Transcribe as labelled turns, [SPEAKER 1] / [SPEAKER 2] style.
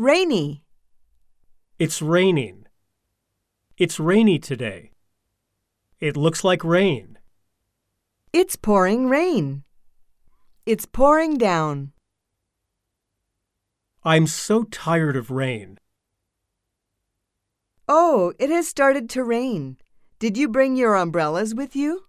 [SPEAKER 1] Rainy.
[SPEAKER 2] It's raining. It's rainy today. It looks like rain.
[SPEAKER 1] It's pouring rain. It's pouring down.
[SPEAKER 2] I'm so tired of rain.
[SPEAKER 1] Oh, it has started to rain. Did you bring your umbrellas with you?